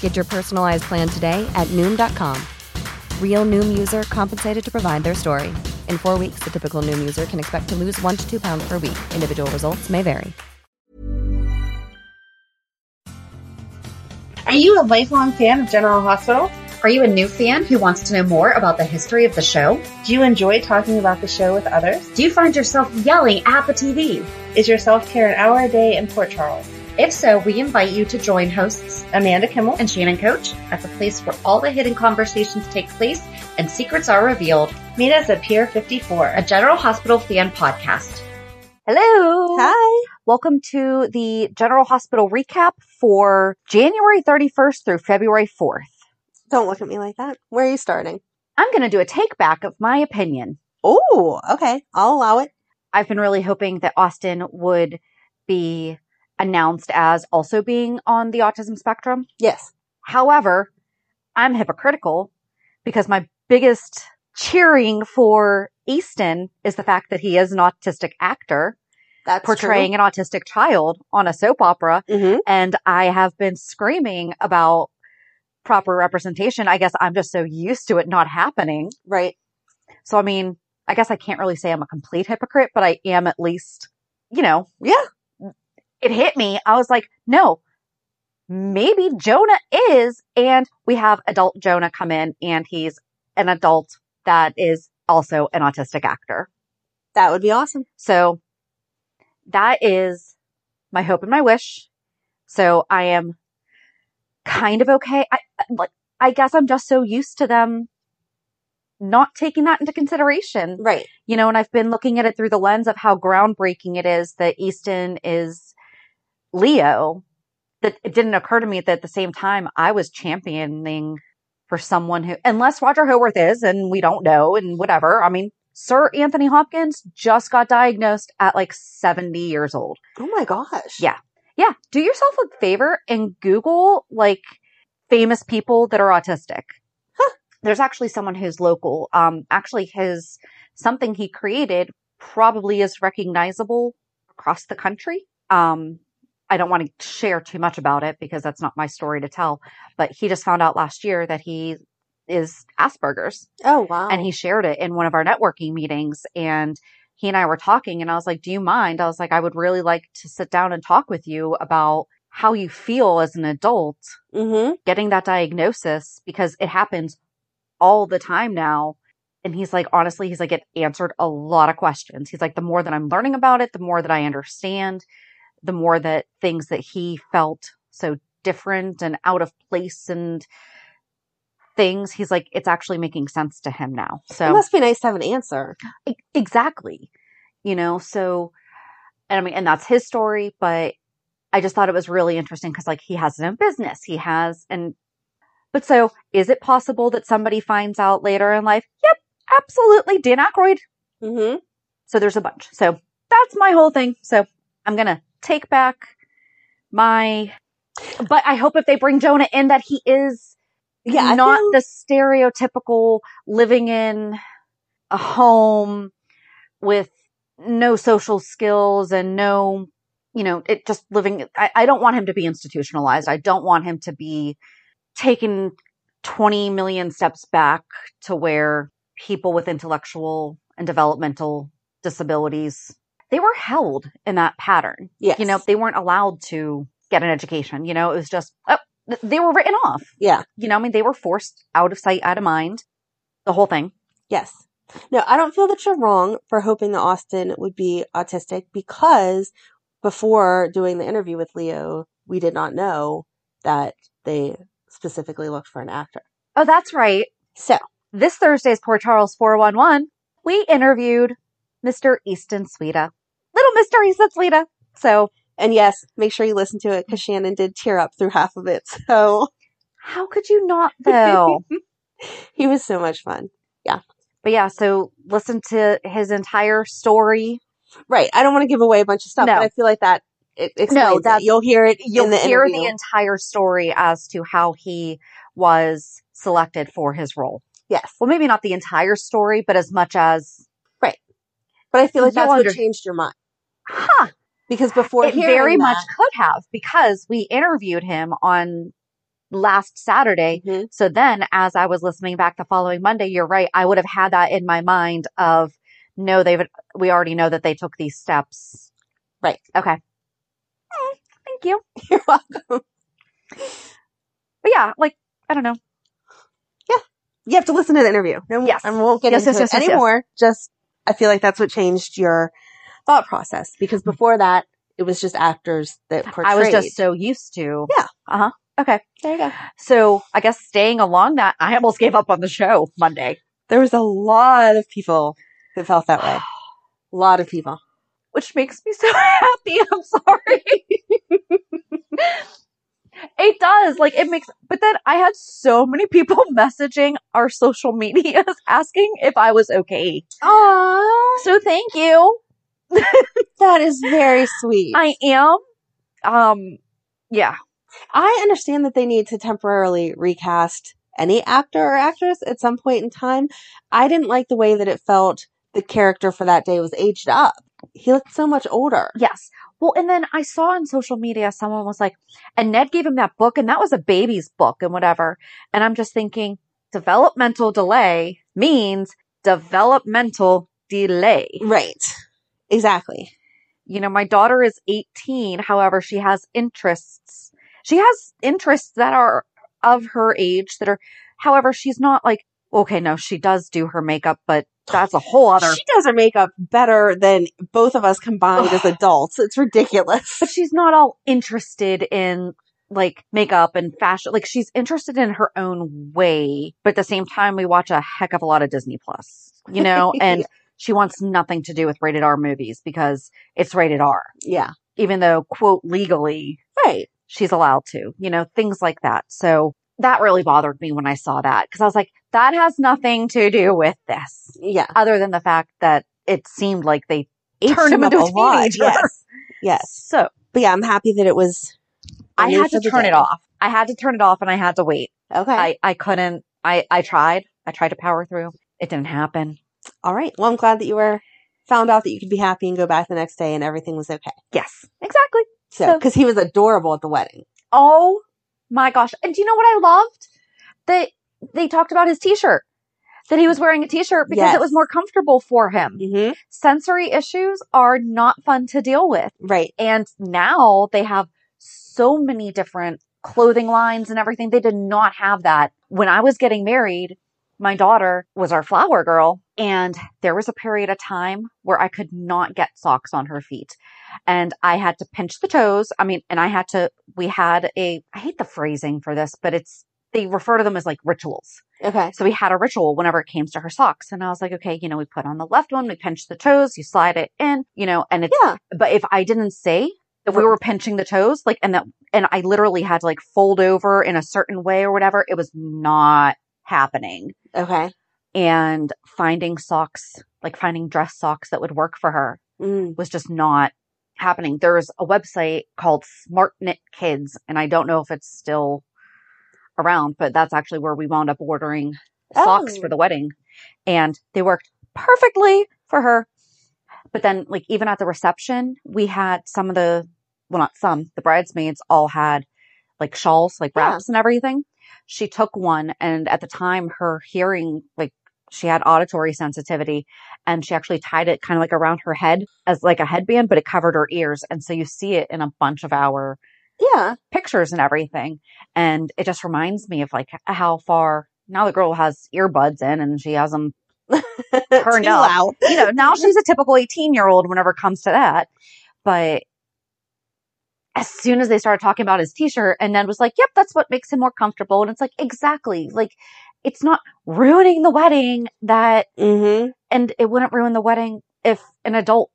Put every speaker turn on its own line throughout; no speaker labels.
Get your personalized plan today at Noom.com. Real Noom user compensated to provide their story. In four weeks, the typical Noom user can expect to lose one to two pounds per week. Individual results may vary.
Are you a lifelong fan of General Hospital?
Are you a new fan who wants to know more about the history of the show?
Do you enjoy talking about the show with others?
Do you find yourself yelling at the TV?
Is your self care an hour a day in Port Charles?
If so, we invite you to join hosts
Amanda Kimmel,
and Shannon Coach at the place where all the hidden conversations take place and secrets are revealed,
meet us at Pier 54.
a General Hospital fan podcast.
Hello.
Hi.
Welcome to the General Hospital recap for January 31st through February 4th.
Don't look at me like that. Where are you starting?
I'm going to do a take back of my opinion.
Oh, okay. I'll allow it.
I've been really hoping that Austin would be announced as also being on the autism spectrum.
Yes.
However, I'm hypocritical because my biggest cheering for Easton is the fact that he is an autistic actor
That's
portraying an autistic child on a soap opera
Mm-hmm.
and I have been screaming about proper representation. I guess I'm just so used to it not happening.
Right.
So, I mean, I guess I can't really say I'm a complete hypocrite, but I am at least, you know,
Yeah.
it hit me. I was like, no, maybe Jonah is. And we have adult Jonah come in and he's an adult that is also an autistic actor.
That would be awesome.
So that is my hope and my wish. So I am kind of okay. I I- like I guess I'm just so used to them not taking that into consideration.
Right.
You know, and I've been looking at it through the lens of how groundbreaking it is that Easton is Leo. That it didn't occur to me that at the same time I was championing for someone who unless Roger Howarth is and we don't know and whatever. I mean, Sir Anthony Hopkins just got diagnosed at like 70 years old.
Oh my gosh.
Yeah. Yeah, do yourself a favor and Google like famous people that are autistic. There's actually someone who's local. Um, actually, his something he created probably is recognizable across the country. Um, I don't want to share too much about it because that's not my story to tell. But he just found out last year that he is Asperger's
Oh wow.
and he shared it in one of our networking meetings and he and I were talking and I was like, "Do you mind?" I was like, "I would really like to sit down and talk with you about how you feel as an adult
Mm-hmm.
getting that diagnosis because it happens all the time now." And he's like, "Honestly, he's like it answered a lot of questions." He's like, "The more that I'm learning about it, the more that I understand, the more that things that he felt so different and out of place and things, he's like, it's actually making sense to him now." So
It must be nice to have an answer.
E- exactly you know so and i mean and that's his story but i just thought it was really interesting because like he has his own business he has and but so is it possible that somebody finds out later in life yep absolutely dan Aykroyd.
Mm-hmm.
so there's a bunch so that's my whole thing so i'm gonna take back my but i hope if they bring jonah in that he is
Yeah. I
not
feel-
the stereotypical living in a home with no social skills and no, you know, it just living. I, I don't want him to be institutionalized. I don't want him to be taken 20 million steps back to where people with intellectual and developmental disabilities they were held in that pattern
Yes.
you know they weren't allowed to get an education you know it was just oh, th- they were written off
Yeah.
you know i mean they were forced out of sight out of mind the whole thing
Yes. No, I don't feel that you're wrong for hoping that Austin would be autistic because before doing the interview with Leo, we did not know that they specifically looked for an actor.
oh that's right
So,
this thursday's poor charles 411 we interviewed mr easton sweeta little mr easton sweeta so
and yes, make sure you listen to it because Shannon did tear up through half of it. So
how could you not though
he was so much fun.
But yeah, so listen to his entire story.
Right. I don't want to give away a bunch of stuff,
No.
but I feel like that it explains it.
that's-
You'll hear it.
You'll
in the
hear
interview.
the entire story as to how he was selected for his role.
yes.
Well, maybe not the entire story, but as much as,
But I feel like
You'll
that's
under-
what changed your mind
huh,
because before
it
hearing
very
that-
much could have because we interviewed him on last Saturday.
Mhm.
So then as I was listening back the following Monday, you're right. I would have had that in my mind of no, they've, we already know that they took these steps.
Right.
Okay. Mm, Thank you.
You're welcome.
But yeah, like, I don't know.
you have to listen to the interview. No,
Yes.
I won't get
Yes,
into
yes, yes,
it
yes,
anymore. Just, I feel like that's what changed your thought process because before that, it was just actors that portrayed.
Mm-hmm. I was just so used to.
Yeah.
Uh huh. Okay.
there. You go.
So I guess staying along that, I almost gave up on the show Monday,
There was a lot of people that felt that way. A lot of people.
which makes me so happy. I'm sorry. it does. Like it makes, but then I had so many people messaging our social medias asking if I was okay.
Aww,
So thank you.
that is very sweet.
I am. Um, yeah.
I understand that they need to temporarily recast any actor or actress at some point in time. I didn't like the way that it felt the character for that day was aged up. He looked so much older.
Yes. Well, and then I saw on social media someone was like, and Ned gave him that book, and that was a baby's book and whatever. And I'm just thinking, developmental delay means developmental delay.
Right. Exactly.
You know, my daughter is 18. However, she has interests. She has interests that are of her age that are, however, she's not like, okay, no, she does do her makeup, but that's a whole other.
She does her makeup better than both of us combined as adults. It's ridiculous.
but she's not all interested in like makeup and fashion. Like she's interested in her own way, but at the same time, we watch a heck of a lot of Disney Plus, you know, and
Yeah.
she wants nothing to do with rated R movies because it's rated R,
Yeah.
even though quote legally
Right.
she's allowed to, you know, things like that. So that really bothered me when I saw that because I was like, that has nothing to do with this
Yeah.
other than the fact that it seemed like they
Aged
turned him
up
into a,
lot,
teenager.
Yes. Yes.
So
But yeah, I'm happy that it was.
I
only
had to
for the
turn it
day.
off. I had to turn it off and I had to wait.
Okay.
I, I couldn't. I, I tried. I tried to power through. It didn't happen.
All right. Well, I'm glad that you were found out that you could be happy and go back the next day and everything was okay.
Yes, exactly.
So,
So-
because he was adorable at the wedding.
Oh my gosh. And do you know what I loved? That they talked about his t-shirt, that he was wearing a t-shirt because
Yes.
it was more comfortable for him.
Mm-hmm.
Sensory issues are not fun to deal with.
Right.
And now they have so many different clothing lines and everything. They did not have that. When I was getting married, my daughter was our flower girl. And there was a period of time where I could not get socks on her feet. And I had to pinch the toes. I mean, and I had to, we had a, I hate the phrasing for this, but it's, they refer to them as like rituals.
Okay.
So we had a ritual whenever it came to her socks. And I was like, okay, you know, we put on the left one, we pinch the toes, you slide it in, you know, and it's,
Yeah.
but if I didn't say that we were pinching the toes, like, and that, and I literally had to like fold over in a certain way or whatever, it was not happening.
Okay.
And finding socks, like finding dress socks that would work for her
Mm.
was just not happening. There's a website called Smart Knit Kids, and I don't know if it's still around, but that's actually where we wound up ordering socks
Oh.
for the wedding. And they worked perfectly for her. But then, like, even at the reception, we had some of the, well, not some, the bridesmaids all had like shawls, like
Yeah.
wraps and everything. She took one, and at the time, her hearing, like, she had auditory sensitivity and she actually tied it kind of like around her head as like a headband, but it covered her ears. And so you see it in a bunch of our
Yeah.
pictures and everything. And it just reminds me of like how far now the girl has earbuds in and she has them, Turned
Too
up.
loud.
you know, now she's a typical 18 year old whenever it comes to that. But as soon as they started talking about his t shirt, and then was like, yep, that's what makes him more comfortable. And it's like, exactly. Like, it's not ruining the wedding that,
Mm-hmm.
and it wouldn't ruin the wedding if an adult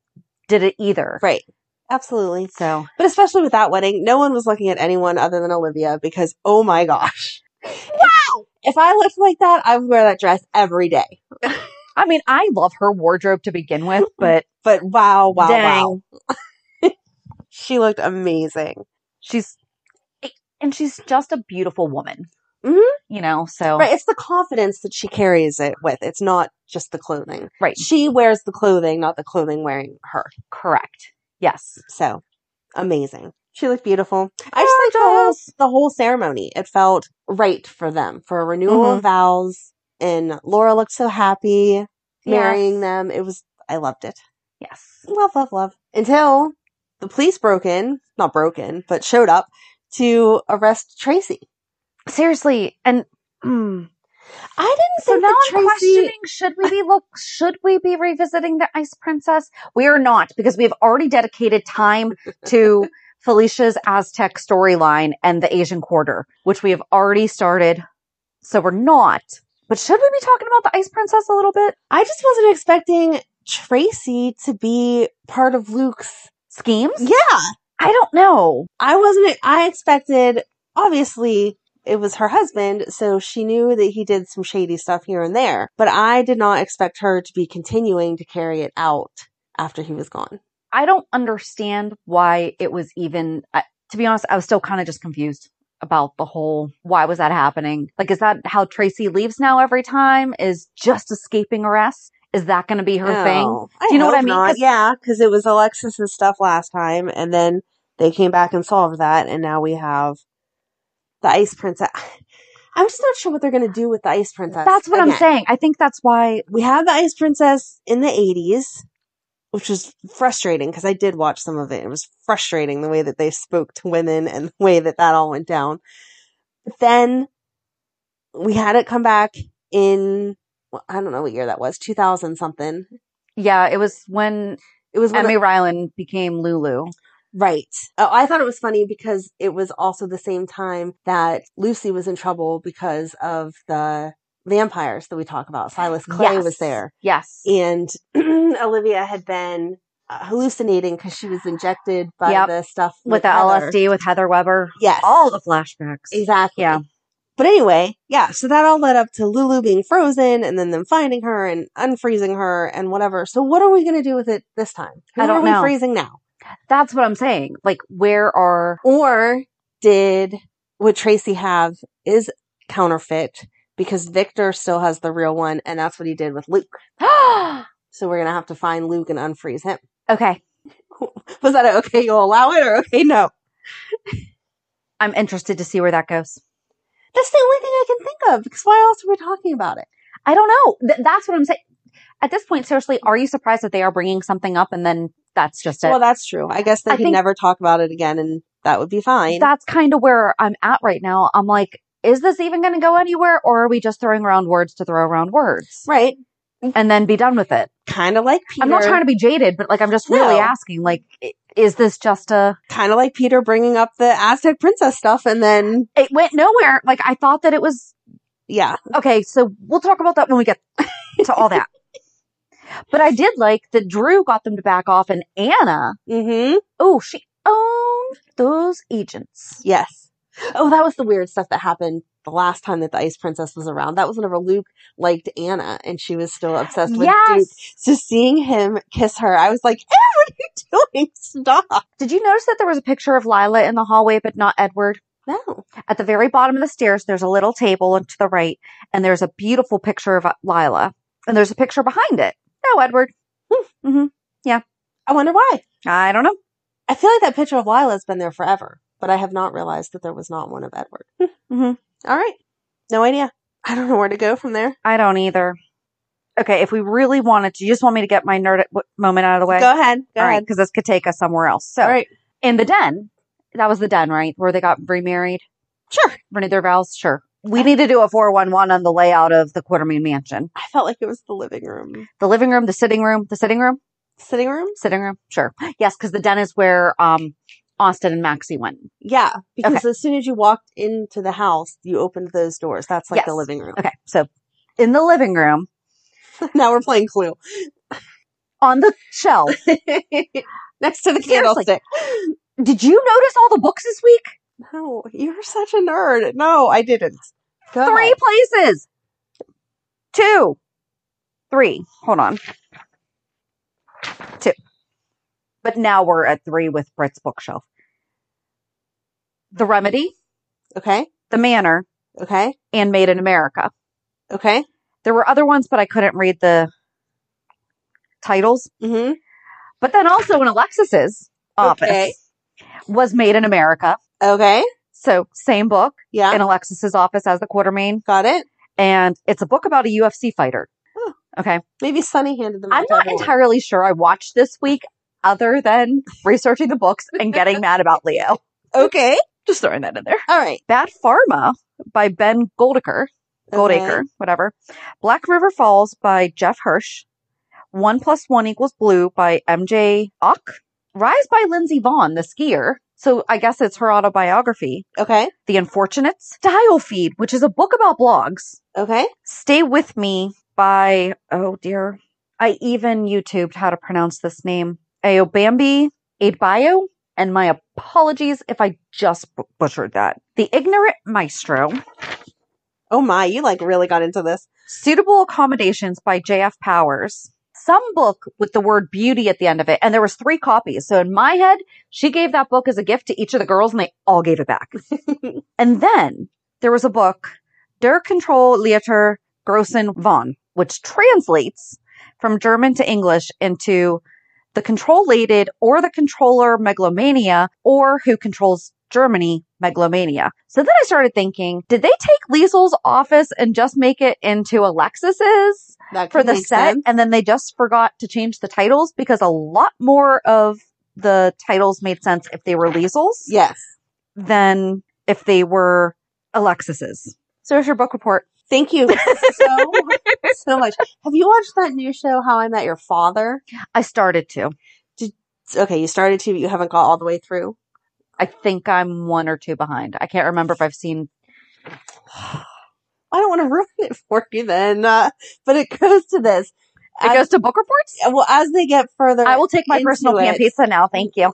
did it either.
Right. Absolutely.
So
But especially with that wedding, no one was looking at anyone other than Olivia because, oh my gosh. Wow! If I looked like that, I would wear that dress every day.
I mean, I love her wardrobe to begin with, but
But wow, wow,
Dang.
wow. she looked amazing.
she's and she's just a beautiful woman.
Mhm.
You know, so
Right. It's the confidence that she carries it with. It's not just the clothing.
Right.
She wears the clothing, not the clothing wearing her.
correct. Yes.
So amazing. She looked beautiful.
Oh,
I just like the whole,
Gorgeous.
the whole ceremony. It felt right for them for a renewal
Mm-hmm.
of vows. And Laura looked so happy marrying
Yes.
them. It was, I loved it.
Yes.
Love, love, love. Until the police broke in, not broken, but showed up to arrest Tracy.
Seriously, and mm,
I didn't
so
think
now
that
I'm
Tracy.
questioning: should we be look? Should we be revisiting the Ice Princess? We are not because we have already dedicated time to Felicia's Aztec storyline and the Asian Quarter, which we have already started. So we're not. But should we be talking about the Ice Princess a little bit?
I just wasn't expecting Tracy to be part of Luke's.
Schemes?
Yeah.
I don't know.
I wasn't, I expected, obviously, it was her husband, so she knew that he did some shady stuff here and there, but I did not expect her to be continuing to carry it out after he was gone.
I don't understand why it was even. I, to be honest, I was still kind of just confused about the whole why was that happening? Like, is that how Tracy leaves now every time? Is just escaping arrest? Is that going to be her thing?
Oh, I
Do you know what
hope
I mean?
not.
'Cause-
Yeah, because it was Alexis's stuff last time, and then they came back and solved that, and now we have the Ice Princess. I'm just not sure what they're going to do with the Ice Princess.
That's what I'm
Again,
saying. I think that's why.
We have the Ice Princess in the 80s, which was frustrating because I did watch some of it. It was frustrating the way that they spoke to women and the way that that all went down. But then we had it come back in, well, I don't know what year that was, 2000 something.
Yeah, it was when
It was when
Emmy Ryland became Lulu.
Right. Oh, I thought it was funny because it was also the same time that Lucy was in trouble because of the vampires that we talk about. Silas Clay
Yes.
was there,
Yes.
and Olivia had been uh, hallucinating because she was injected by
Yep.
the stuff
With the
Heather.
LSD, with Heather Weber,
Yes.
all the flashbacks.
Exactly.
Yeah.
But anyway, yeah, so that all led up to Lulu being frozen and then them finding her and unfreezing her and whatever. So what are we going to do with it this time? Who
I don't
are we
know.
freezing now?
That's what I'm saying. Like, where are
Or did what Tracy have is counterfeit because Victor still has the real one and that's what he did with Luke. So we're going to have to find Luke and unfreeze him.
okay?
Was that a, okay? You'll allow it or okay? No.
I'm interested to see where that goes.
That's the only thing I can think of because why else are we talking about it?
I don't know. Th- that's what I'm saying. At this point, seriously, are you surprised that they are bringing something up and then that's just it?
well, that's true. I guess they
I
could
think-
never talk about it again and that would be fine.
that's kind of where I'm at right now. I'm like, is this even going to go anywhere or are we just throwing around words to throw around words
right.
and then be done with it?
Kind of like Peter.
I'm not trying to be jaded, but like, I'm just really
No.
asking, like, i- is this just a,
kind of like Peter bringing up the Aztec princess stuff and then,
it went nowhere. Like, I thought that it was,
yeah.
okay, so we'll talk about that when we get to all that. But I did like that Drew got them to back off and Anna,
Mm hmm.
oh, she owned those agents.
Yes. Oh, that was the weird stuff that happened the last time that the Ice Princess was around. That was whenever Luke liked Anna and she was still obsessed with Duke. So seeing him kiss her, I was like, "Eh, what are you doing? Stop.
Did you notice that there was a picture of Lila in the hallway, but not Edward?
No.
At the very bottom of the stairs, there's a little table and to the right, and there's uh, a beautiful picture of Lila. And there's a picture behind it. No, Edward. Mm-hmm. Yeah.
I wonder why.
I don't know.
I feel like that picture of Lila's been there forever, but I have not realized that there was not one of Edward.
Mhm.
Hmm, mm-hmm. All right. No idea. I don't know where to go from there.
I don't either. Okay, if we really wanted to, you just want me to get my nerd moment out of the way?
Go ahead. Go
All right,
ahead.
because this could take us somewhere else. So,
All right.
in the den, that was the den, right? Where they got remarried,
Sure.
renewed their vows. Sure. We need to do a 411 on the layout of the Quartermain Mansion.
I felt like it was the living room.
The living room, the sitting room, the sitting room,
Sitting room?
sitting room. Sure. Yes, because the den is where um, Austin and Maxie went.
Yeah. Because as soon as you walked into the house, you opened those doors. That's like the
Yes.
living room.
Okay. So, in the living room,
now we're playing Clue.
on the shelf,
Next to the
Seriously.
candlestick.
did you notice all the books this week?
No, you're such a nerd. No, I didn't. Go
three
ahead.
places. Two, three. Hold on. Two. But now we're at three with Brett's bookshelf. The Remedy,
Okay.
The Manor,
Okay.
and Made in America.
Okay.
There were other ones, but I couldn't read the titles.
Mm-hmm.
But then also in Alexis's office
Okay.
was Made in America.
Okay.
So same book
Yeah.
in Alexis's office as the Quartermain,
Got it.
and it's a book about a UFC fighter.
Oh.
Okay.
Maybe Sunny handed them. out
I'm
to
not
everyone.
entirely sure I watched this week other than researching the books and getting mad about Leo.
Okay.
Just throwing that in there.
All right.
Bad Pharma by Ben Goldaker, Goldacre, whatever. Black River Falls by Jeff Hirsch. One plus one equals blue by MJ Ock. Rise by Lindsay Vaughn, the skier. So I guess it's her autobiography.
Okay.
The Unfortunates. Dial Feed, which is a book about blogs.
Okay.
Stay With Me by, oh dear, I even YouTubed how to pronounce this name. Aobambi Aidbayo. And my apologies if I just bu- butchered that. The Ignorant Maestro.
Oh my, you like really got into this.
Suitable Accommodations by J.F. Powers. Some book with the word beauty at the end of it. And there was three copies. So in my head, she gave that book as a gift to each of the girls and they all gave it back. and then there was a book, Der Control Leiter Grossen von, which translates from German to English into the control-lated or the controller megalomania or who controls Germany megalomania. So then I started thinking, did they take Liesel's office and just make it into Alexis's?
That
for
could
the
make
set
sense.
and then they just forgot to change the titles because a lot more of the titles made sense if they were Liesel's
Yes.
than if they were Alexis's. So here's your book report.
Thank you so so much. Have you watched that new show, How I Met Your Father?
I started to.
It's- Okay, you started to, but you haven't got all the way through.
I think I'm one or two behind. I can't remember if I've seen
I don't want to ruin it for you then, uh, but it goes to this.
it
As-
goes to book reports.
well, as they get further,
I will take my
into
personal pan
it.
pizza now. Thank you.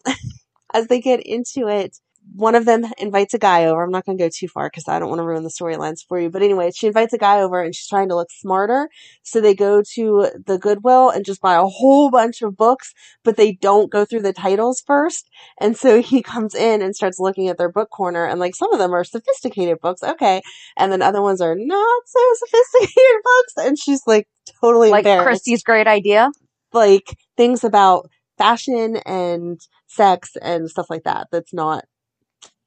as they get into it, one of them invites a guy over. I'm not going to go too far because I don't want to ruin the storylines for you. But anyway, she invites a guy over and she's trying to look smarter. So they go to the Goodwill and just buy a whole bunch of books, but they don't go through the titles first. And so he comes in and starts looking at their book corner. And like some of them are sophisticated books. Okay. And then other ones are not so sophisticated books. And she's like totally
Like
embarrassed
Christie's great idea.
like things about fashion and sex and stuff like that that's not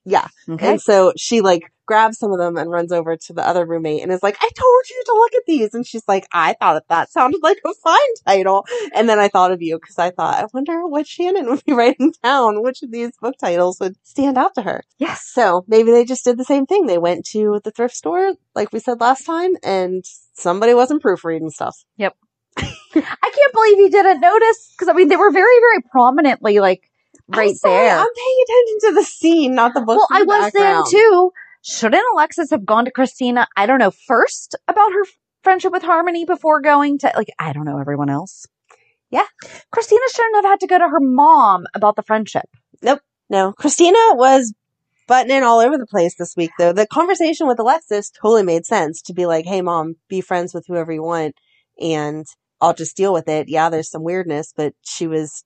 yeah
Okay.
and so she like grabs some of them and runs over to the other roommate and is like i told you to look at these and she's like i thought that that sounded like a fine title and then i thought of you because i thought i wonder what shannon would be writing down which of these book titles would stand out to her
Yes.
so maybe they just did the same thing they went to the thrift store like we said last time and somebody wasn't proofreading stuff
I can't believe you didn't notice because I mean they were very, very prominently like right
I'm sorry,
there.
I'm paying attention to the scene, not the book.
well,
in
I
the
was then
background.
too. Shouldn't Alexis have gone to Christina? I don't know first about her f- friendship with Harmony before going to like I don't know everyone else. Yeah, Christina shouldn't have had to go to her mom about the friendship.
No, Christina was buttoning all over the place this week, though. The conversation with Alexis totally made sense to be like, hey, mom, be friends with whoever you want and I'll just deal with it. Yeah, there's some weirdness, but she was,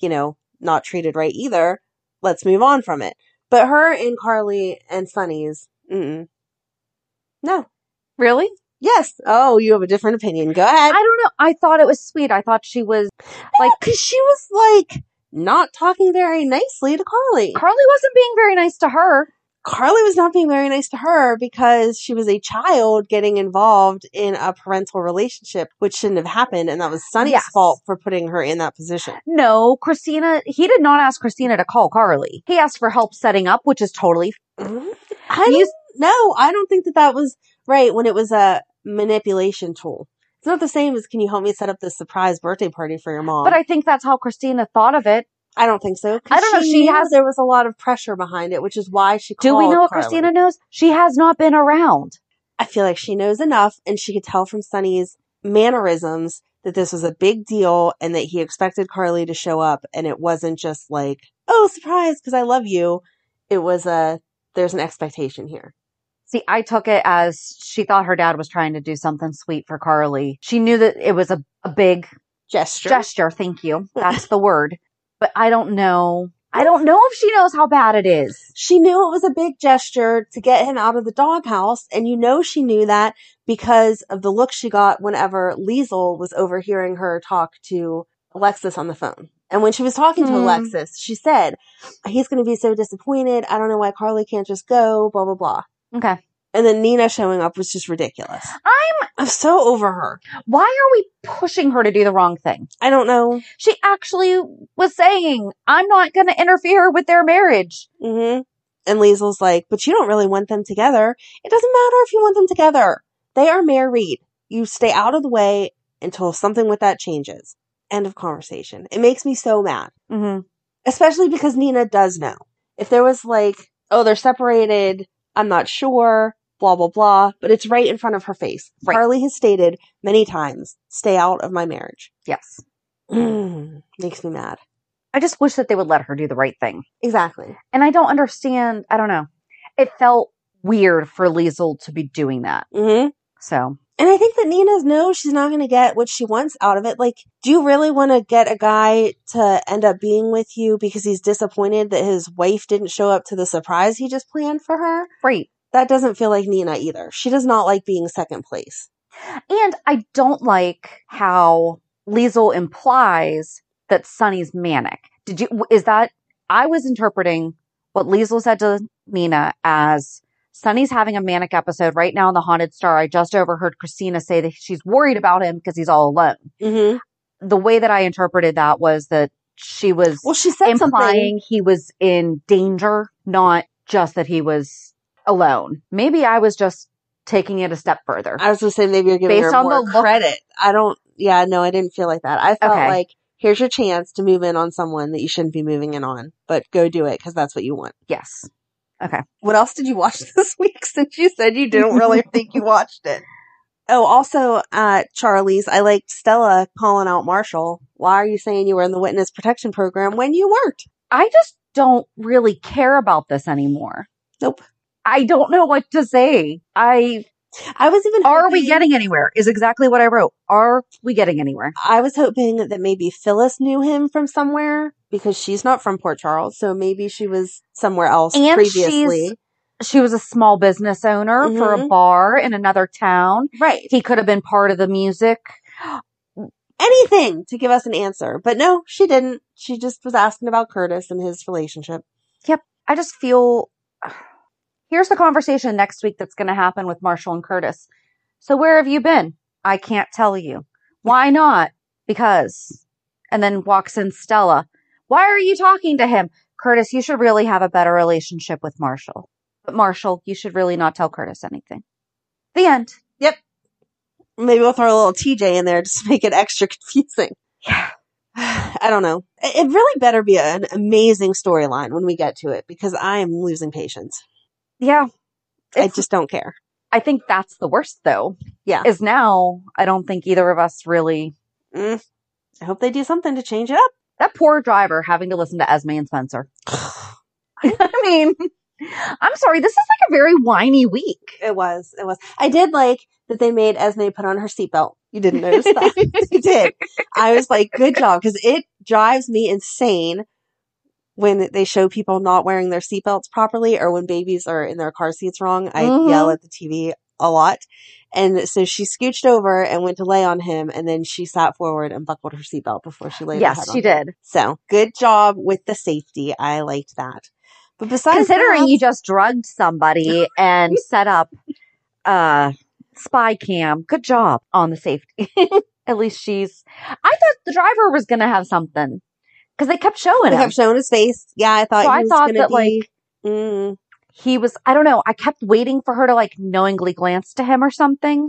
you know, not treated right either. Let's move on from it. But her and Carly and Sunny's, mm-mm. no,
Really?
Yes. Oh, you have a different opinion. Go
I
ahead.
don't know. I thought it was sweet. I thought she was
like,
like-
because she was like not talking very nicely to Carly.
Carly wasn't being very nice to her.
Carly was not being very nice to her because she was a child getting involved in a parental relationship, which shouldn't have happened. And that was Sunny's
Yes.
fault for putting her in that position.
No, Christina, he did not ask Christina to call Carly. He asked for help setting up, which is totally
I don't
You-
know. I don't think that that was right when it was a manipulation tool. It's not the same as can you help me set up this surprise birthday party for your mom?
But I think that's how Christina thought of it.
I don't think so. 'cause
I don't know, she
knew
has-
there was a lot of pressure behind it, which is why she.
Do we
called
know what
Carly.
Christina knows? She has not been around.
I feel like she knows enough, and she could tell from Sunny's mannerisms that this was a big deal, and that he expected Carly to show up, and it wasn't just like, "Oh, surprise, because I love you." It was a there's an expectation here.
See, I took it as she thought her dad was trying to do something sweet for Carly. She knew that it was a, a big
Gesture.
gesture. Thank you. That's the word. But I don't know. I don't know if she knows how bad it is.
She knew it was a big gesture to get him out of the doghouse, and you know she knew that because of the look she got whenever Liesel was overhearing her talk to Alexis on the phone. And when she was talking to
Hmm.
Alexis, she said, He's going to be so disappointed. I don't know why Carly can't just go, blah, blah, blah.
Okay.
And then Nina showing up was just ridiculous.
I'm,
I'm so over her.
why are we pushing her to do the wrong thing?
I don't know.
She actually was saying, I'm not going to interfere with their marriage.
hmm And Liesel's like, But you don't really want them together. It doesn't matter if you want them together. They are married. You stay out of the way until something with that changes. End of conversation. It makes me so mad,
Mm-hmm.
especially because Nina does know. If there was like, Oh, they're separated. I'm not sure. Blah, blah, blah. But it's right in front of her face.
Right.
Carly has stated many times, Stay out of my marriage.
Yes.
Mm, makes me mad.
I just wish that they would let her do the right thing.
Exactly.
And I don't understand. I don't know. It felt weird for Liesel to be doing that.
hmm.
So
And I think that Nina knows she's not going to get what she wants out of it. Like, do you really want to get a guy to end up being with you because he's disappointed that his wife didn't show up to the surprise he just planned for her?
great.
That doesn't feel like Nina either. She does not like being second place.
And I don't like how Liesel implies that Sonny's manic. Did you, is that, I was interpreting what Liesel said to Nina as Sonny's having a manic episode right now in the Haunted Star. I just overheard Christina say that she's worried about him because he's all alone.
Mm-hmm.
The way that I interpreted that was that she was
Well, she said something.
implying he was in danger, not just that he was alone. Maybe I was just taking it a step further.
I was going to say maybe you're giving
Based
her
on
more
the look-
credit. I don't. Yeah, no, I didn't feel like that. I felt
Okay.
like here's your chance to move in on someone that you shouldn't be moving in on, but go do it because that's what you want.
yes.
What else did you watch this week since you said you didn't really think you watched it? Oh, also, uh, Charlie's, I liked Stella calling out Marshall. Why are you saying you were in the witness protection program when you weren't?
I just don't really care about this anymore.
Nope.
I don't know what to say. I
I was even
are we
hoping-
getting anywhere? Is exactly what I wrote. Are we getting anywhere?
I was hoping that maybe Phyllis knew him from somewhere because she's not from Port Charles, so maybe she was somewhere else
And
previously.
She was a small business owner for a
Mhm.
bar in another town.
Right.
He could have been part of the music.
Anything to give us an answer. But no, she didn't. She just was asking about Curtis and his relationship.
I just feel here's the conversation next week that's going to happen with Marshall and Curtis. So where have you been? I can't tell you. Why not? Because. And then walks in Stella. Why are you talking to him? Curtis, you should really have a better relationship with Marshall. But Marshall, you should really not tell Curtis anything. The end.
Maybe we'll throw a little TJ in there just to make it extra confusing.
Yeah.
I don't know. It it really better be an amazing storyline when we get to it because I am losing patience.
Yeah.
I
It's-
just don't care.
I think that's the worst though.
Yeah.
Is now I don't think either of us really
Mm. I hope they do something to change it up.
that poor driver having to listen to Esme and Spencer. I mean, I'm sorry, this is like a very whiny week.
It was. It was. I did like that they made Esme put on her seatbelt. You didn't notice that. you did. I was like, good job because it drives me insane when they show people not wearing their seatbelts properly or when babies are in their car seats wrong. I
Mhm.
yell at the TV a lot. And so she scooched over and went to lay on him, and then she sat forward and buckled her seatbelt before she laid. her head
yes,
on
she
him.
did.
So good job with the safety. I liked that. But besides
Considering
that,
you just drugged somebody and set up uh spy cam, good job on the safety. At least she's. I thought the driver was going to have something because they kept showing
they
him.
kept showing his face. Yeah, I thought
So
he
I
was
thought
gonna
that,
be, mm.
he was i don't know i kept waiting for her to like knowingly glance to him or something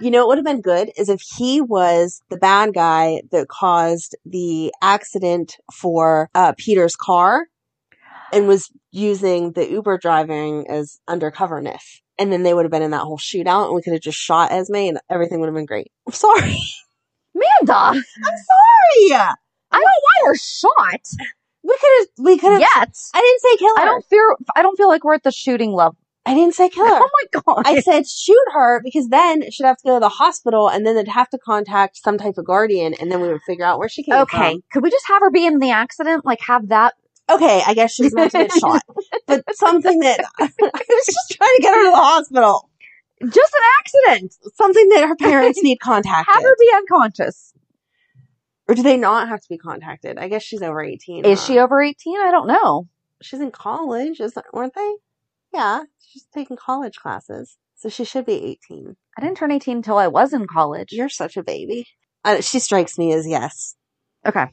you know, what would have been good is if he was the bad guy that caused the accident for uh, Peter's car, and was using the Uber driving as undercoverness. And then they would have been in that whole shootout, and we could have just shot Esme, and everything would have been great. I'm sorry.
amanda
Yeah,
i don't want her shot
we could have. We could have.
yet
I didn't say kill her.
i don't fear i don't feel like we're at the shooting level
I didn't say kill her.
oh my god
I said shoot her because then she'd have to go to the hospital and then they'd have to contact some type of guardian and then we would figure out where she came
okay could we just have her be in the accident like have that
from. Okay, I guess she was meant to get shot. But something that I was just trying to get her to the hospital.
just an accident
Something that her parents need contacted.
have her be unconscious
or do they not have to be contacted? I guess she's over 18.
is
huh?
she over 18 i don't know
She's in college, isn't, weren't they? Yeah, she's taking college classes. So she should be 18.
i didn't turn 18 until i was in college
You're such a baby. Uh, she strikes me as yes.
okay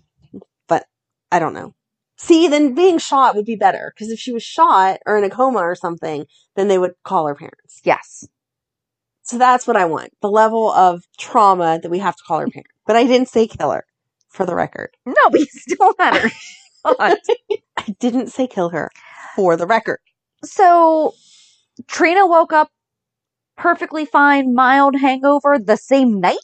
I don't know. See, then being shot would be better because if she was shot or in a coma or something, then they would call her parents.
yes
So that's what I want the level of trauma that we have to call her parents. But I didn't say kill her for the record.
no we still had her shot.
I didn't say kill her for the record.
so Trina woke up perfectly fine, mild hangover the same night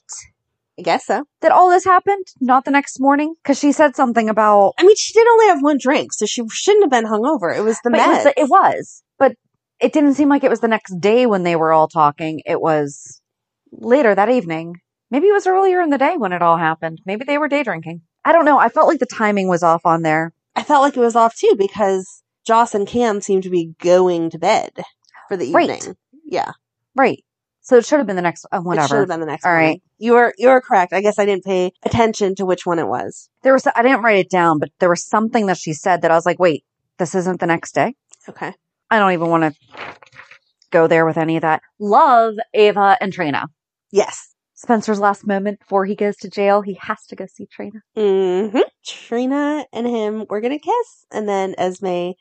I guess so.
that all this happened, not the next morning, because she said something about
I mean, she did only have one drink, so she shouldn't have been hungover. It was the
but it was,
meds.
it was, but it didn't seem like it was the next day when they were all talking. It was later that evening. Maybe it was earlier in the day when it all happened. Maybe they were day drinking. I don't know. I felt like the timing was off on there.
I felt like it was off too because Joss and Cam seemed to be going to bed for the
Right.
evening. Yeah,
Right. So it should have been the next, uh,
it should
whatever.
have been the next.
All
morning.
right.
you were you were correct. I guess I didn't pay attention to which one it was.
There was, I didn't write it down, but there was something that she said that I was like, wait, this isn't the next day.
Okay,
I don't even want to go there with any of that. Love Ava and Trina.
yes.
Spencer's last moment before he goes to jail, he has to go see Trina.
hmm Trina and him were gonna kiss, and then Esme,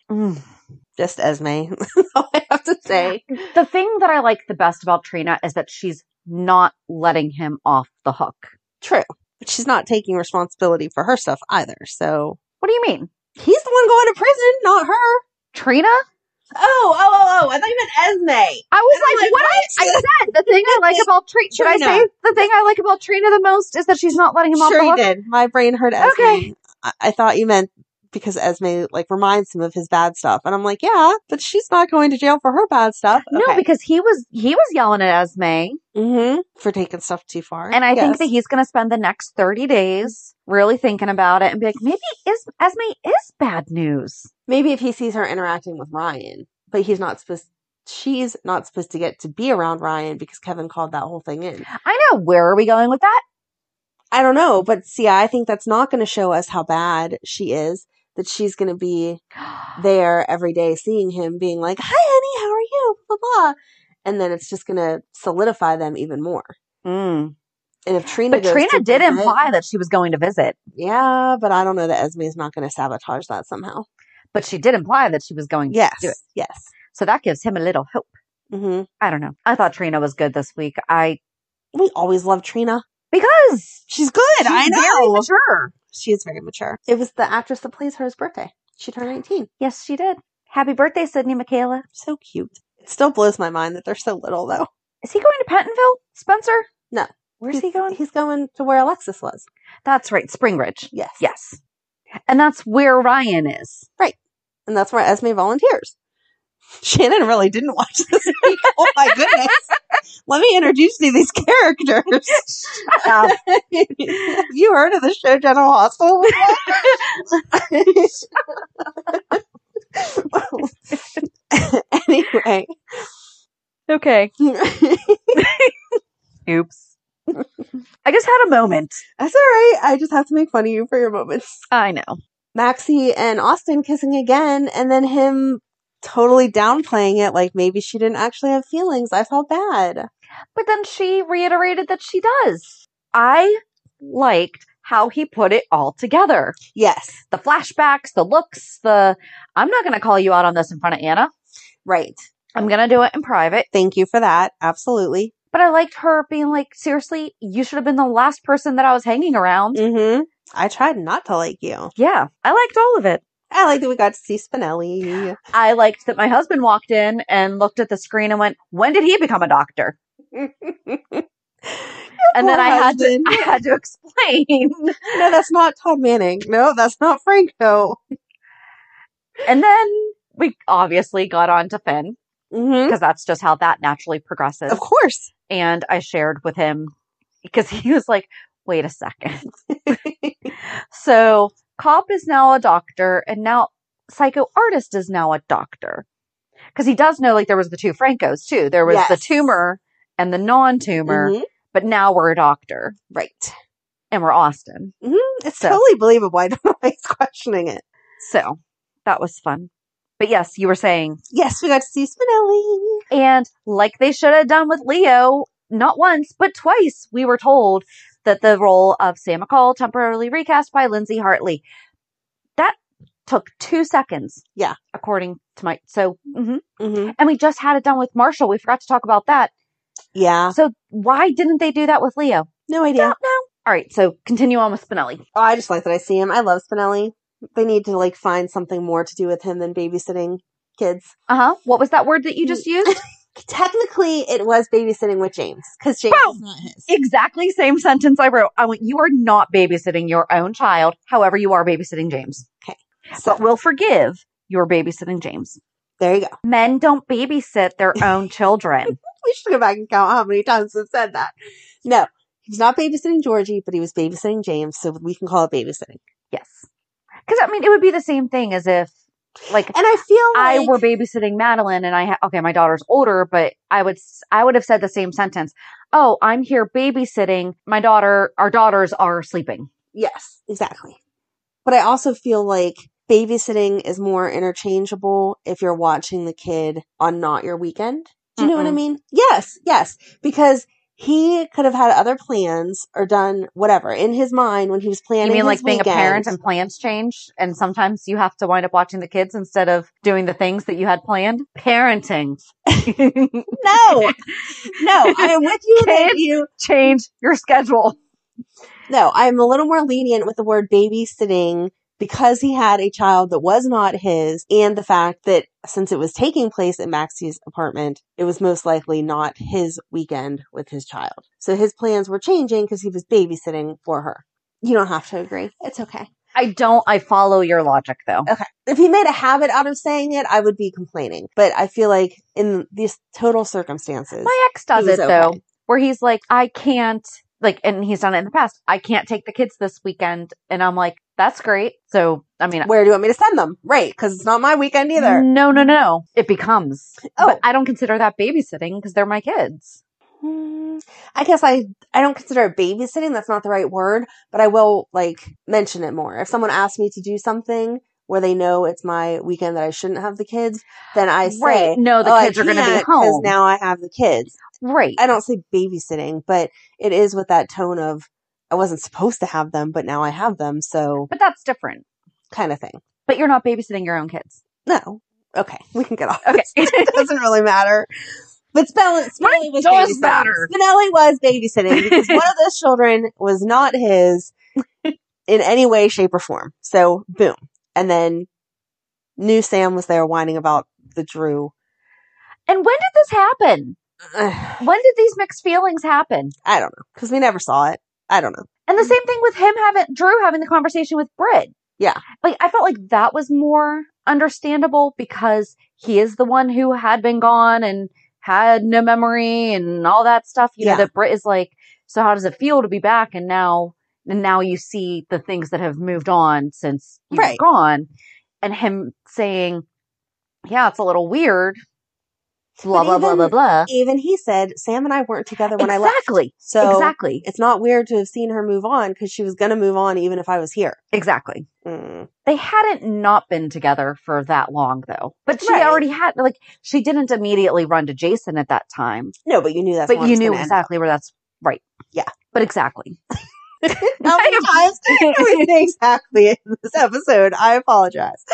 just Esme. That's all I have to say.
The thing that I like the best about Trina is that she's not letting him off the hook.
True, but she's not taking responsibility for her stuff either. So
What do you mean?
he's the one going to prison, not her.
Trina?
Oh, oh, oh, oh! I thought you meant Esme.
I was
I'm
like,
like,
what? I
what?
said the thing I like about Trina. Should I
Trina.
say the thing I like about Trina the most is that she's not letting him off
sure
the
you
hook?
did. My brain heard Esme.
Okay.
I-, I thought you meant because Esme like reminds him of his bad stuff, and I'm like, yeah, but she's not going to jail for her bad stuff.
No,
Okay.
because he was he was yelling at Esme,
hmm for taking stuff too far.
and I think
Yes.
that he's going to spend the next thirty days really thinking about it and be like, maybe is Esme is bad news.
maybe if he sees her interacting with Ryan, but he's not supposed. She's not supposed to get to be around Ryan because Kevin called that whole thing in.
I know. Where are we going with that?
I don't know, but see, I think that's not going to show us how bad she is. That she's going to be there every day seeing him being like, hi, honey, how are you? Blah, blah, blah. And then it's just going to solidify them even more.
Mm.
And if Trina
But
goes
Trina
to
did
visit-
imply that she was going to visit,
Yeah, but I don't know that Esme's not going to sabotage that somehow.
but she did imply that she was going
Yes.
to do it.
Yes.
So that gives him a little hope.
hmm
I don't know. I thought Trina was good this week. I
We always love Trina.
because
She's good.
she's
I
very
know.
mature.
She is very mature. It was the actress that plays her's birthday. She turned 19.
Yes, she did. Happy birthday, Sydney Michaela.
So cute. It still blows my mind that they're so little, though.
Is he going to Pentonville, Spencer?
No.
Where's he
He's-
going?
He's going to where Alexis was.
That's right, Spring Ridge.
Yes.
Yes. And that's where Ryan is.
and that's where Esme volunteers. Shannon really didn't watch this week. Oh my goodness. Let me introduce you to these characters.
Um,
Have you heard of the show General Hospital? anyway,
Okay.
That's
Oops. I just had a moment.
all right. I just have to make fun of you for your moments.
I know.
Maxie and Austin kissing again, and then him totally downplaying it like maybe she didn't actually have feelings. I felt bad.
But then she reiterated that she does. I liked how he put it all together.
Yes.
The flashbacks, the looks, the I'm not going to call you out on this in front of Anna.
Right.
I'm going to do it in private.
Thank you for that. Absolutely.
But I liked her being like, seriously, you should have been the last person that I was hanging around.
Mm-hmm. I tried not to like you.
Yeah, I liked all of it.
I like that we got to see Spinelli.
I liked that my husband walked in and looked at the screen and went, when did he become a doctor? And then I had to, I had to explain.
No, that's not Todd Manning. No, that's not Franco.
and then we obviously got on to Finn
Mm-hmm.
because that's just how that naturally progresses.
Of course.
and I shared with him because he was like, wait a second. so Cop is now a doctor and now Psycho Artist is now a doctor. Because he does know like there was the two Francos too. There was the
Yes.
tumor and the non tumor,
Mhm.
but now we're a doctor
Right.
and we're Austin.
hmm It's
So-
totally believable. I don't know why he's questioning it.
So that was fun. But yes, you were saying,
Yes, we got to see Spinelli.
and like they should have done with Leo, not once, but twice, we were told that the role of Sam McCall temporarily recast by Lindsay Hartley. That took two seconds.
Yeah.
According to my, so, mhm.
Mm-hmm.
and we just had it done with Marshall. We forgot to talk about that.
Yeah.
So why didn't they do that with Leo?
No idea.
Don't know. All right. So continue on with Spinelli.
Oh, I just like that I see him. I love Spinelli. They need to like find something more to do with him than babysitting kids.
Uh huh. What was that word that you just used?
Technically, it was babysitting with James because James
Bro.
is not his.
exactly same sentence I wrote. I went, you are not babysitting your own child. However, you are babysitting James.
Okay.
But we'll forgive your babysitting James.
There you go.
Men don't babysit their own children.
We should go back and count how many times we've said that. No, he was not babysitting Georgie, but he was babysitting James, so we can call it babysitting.
Yes. Because, I mean, it would be the same thing as if, like,
And I feel
I
like
were babysitting Madeline and I, ha- okay, my daughter's older, but I would, s- I would have said the same sentence. Oh, I'm here babysitting. My daughter, our daughters are sleeping.
Yes, exactly. But I also feel like babysitting is more interchangeable if you're watching the kid on not your weekend. Do you know what I
Mm-mm.
mean? Yes, yes. Because he could have had other plans or done whatever in his mind when he was planning.
You mean
his
like being a
weekend.
parent and plans change, and sometimes you have to wind up watching the kids instead of doing the things that you had planned? Parenting.
No, no, I am with you. That
Kids.
you
change your schedule.
no, I'm a little more lenient with the word babysitting because he had a child that was not his, and the fact that since it was taking place at Maxie's apartment, it was most likely not his weekend with his child. So his plans were changing because he was babysitting for her. You don't have to agree. It's okay.
I don't. I follow your logic though.
Okay. If he made a habit out of saying it, I would be complaining. But I feel like in these total circumstances,
My ex does
he was
it though,
okay.
where he's like, I can't. Like, and he's done it in the past. I can't take the kids this weekend, and I'm like, that's great. So, I mean,
where do you want me to send them? Right. Because it's not my weekend either.
no, no, no. It becomes.
Oh.
But I don't consider that babysitting because they're my kids.
Hmm, I guess I I don't consider it babysitting. That's not the right word, but I will like mention it more. If someone asks me to do something where they know it's my weekend that I shouldn't have the kids, then I say,
right. No, the
"Oh, I
kids are going to be
can't 'cause
home.
now I have the kids."
right.
I don't say babysitting, but it is with that tone of I wasn't supposed to have them, but now I have them, so
But that's different.
kind of thing.
But you're not babysitting your own kids.
No, okay, we can get off.
Okay.
this. it doesn't really matter. But Spinelli, Spinelli was
does
babysitting.
matter.
Spinelli was babysitting because one of those children was not his in any way, shape, or form. So boom, and then new Sam was there whining about the Drew.
and when did this happen?
Ugh,
When did these mixed feelings happen?
I don't know because we never saw it. I don't know.
And the same thing with him having Drew having the conversation with Britt.
Yeah.
Like I felt like that was more understandable because he is the one who had been gone and had no memory and all that stuff. You
Yeah.
know, that Britt is like, so how does it feel to be back? And now and now you see the things that have moved on since you
Right.
were gone. And him saying, Yeah, it's a little weird. blah, blah, blah, blah, blah.
Even he said Sam and I weren't together when I left.
Exactly.
So
exactly.
it's not weird to have seen her move on because she was going to move on even if I was here.
Exactly.
Mm.
They hadn't not been together for that long though. But she
Right.
already had like she didn't immediately run to Jason at that time.
No, but you knew that's.
but you knew exactly where that's right.
Yeah.
But exactly.
How many times do we say exactly in this episode? I apologize.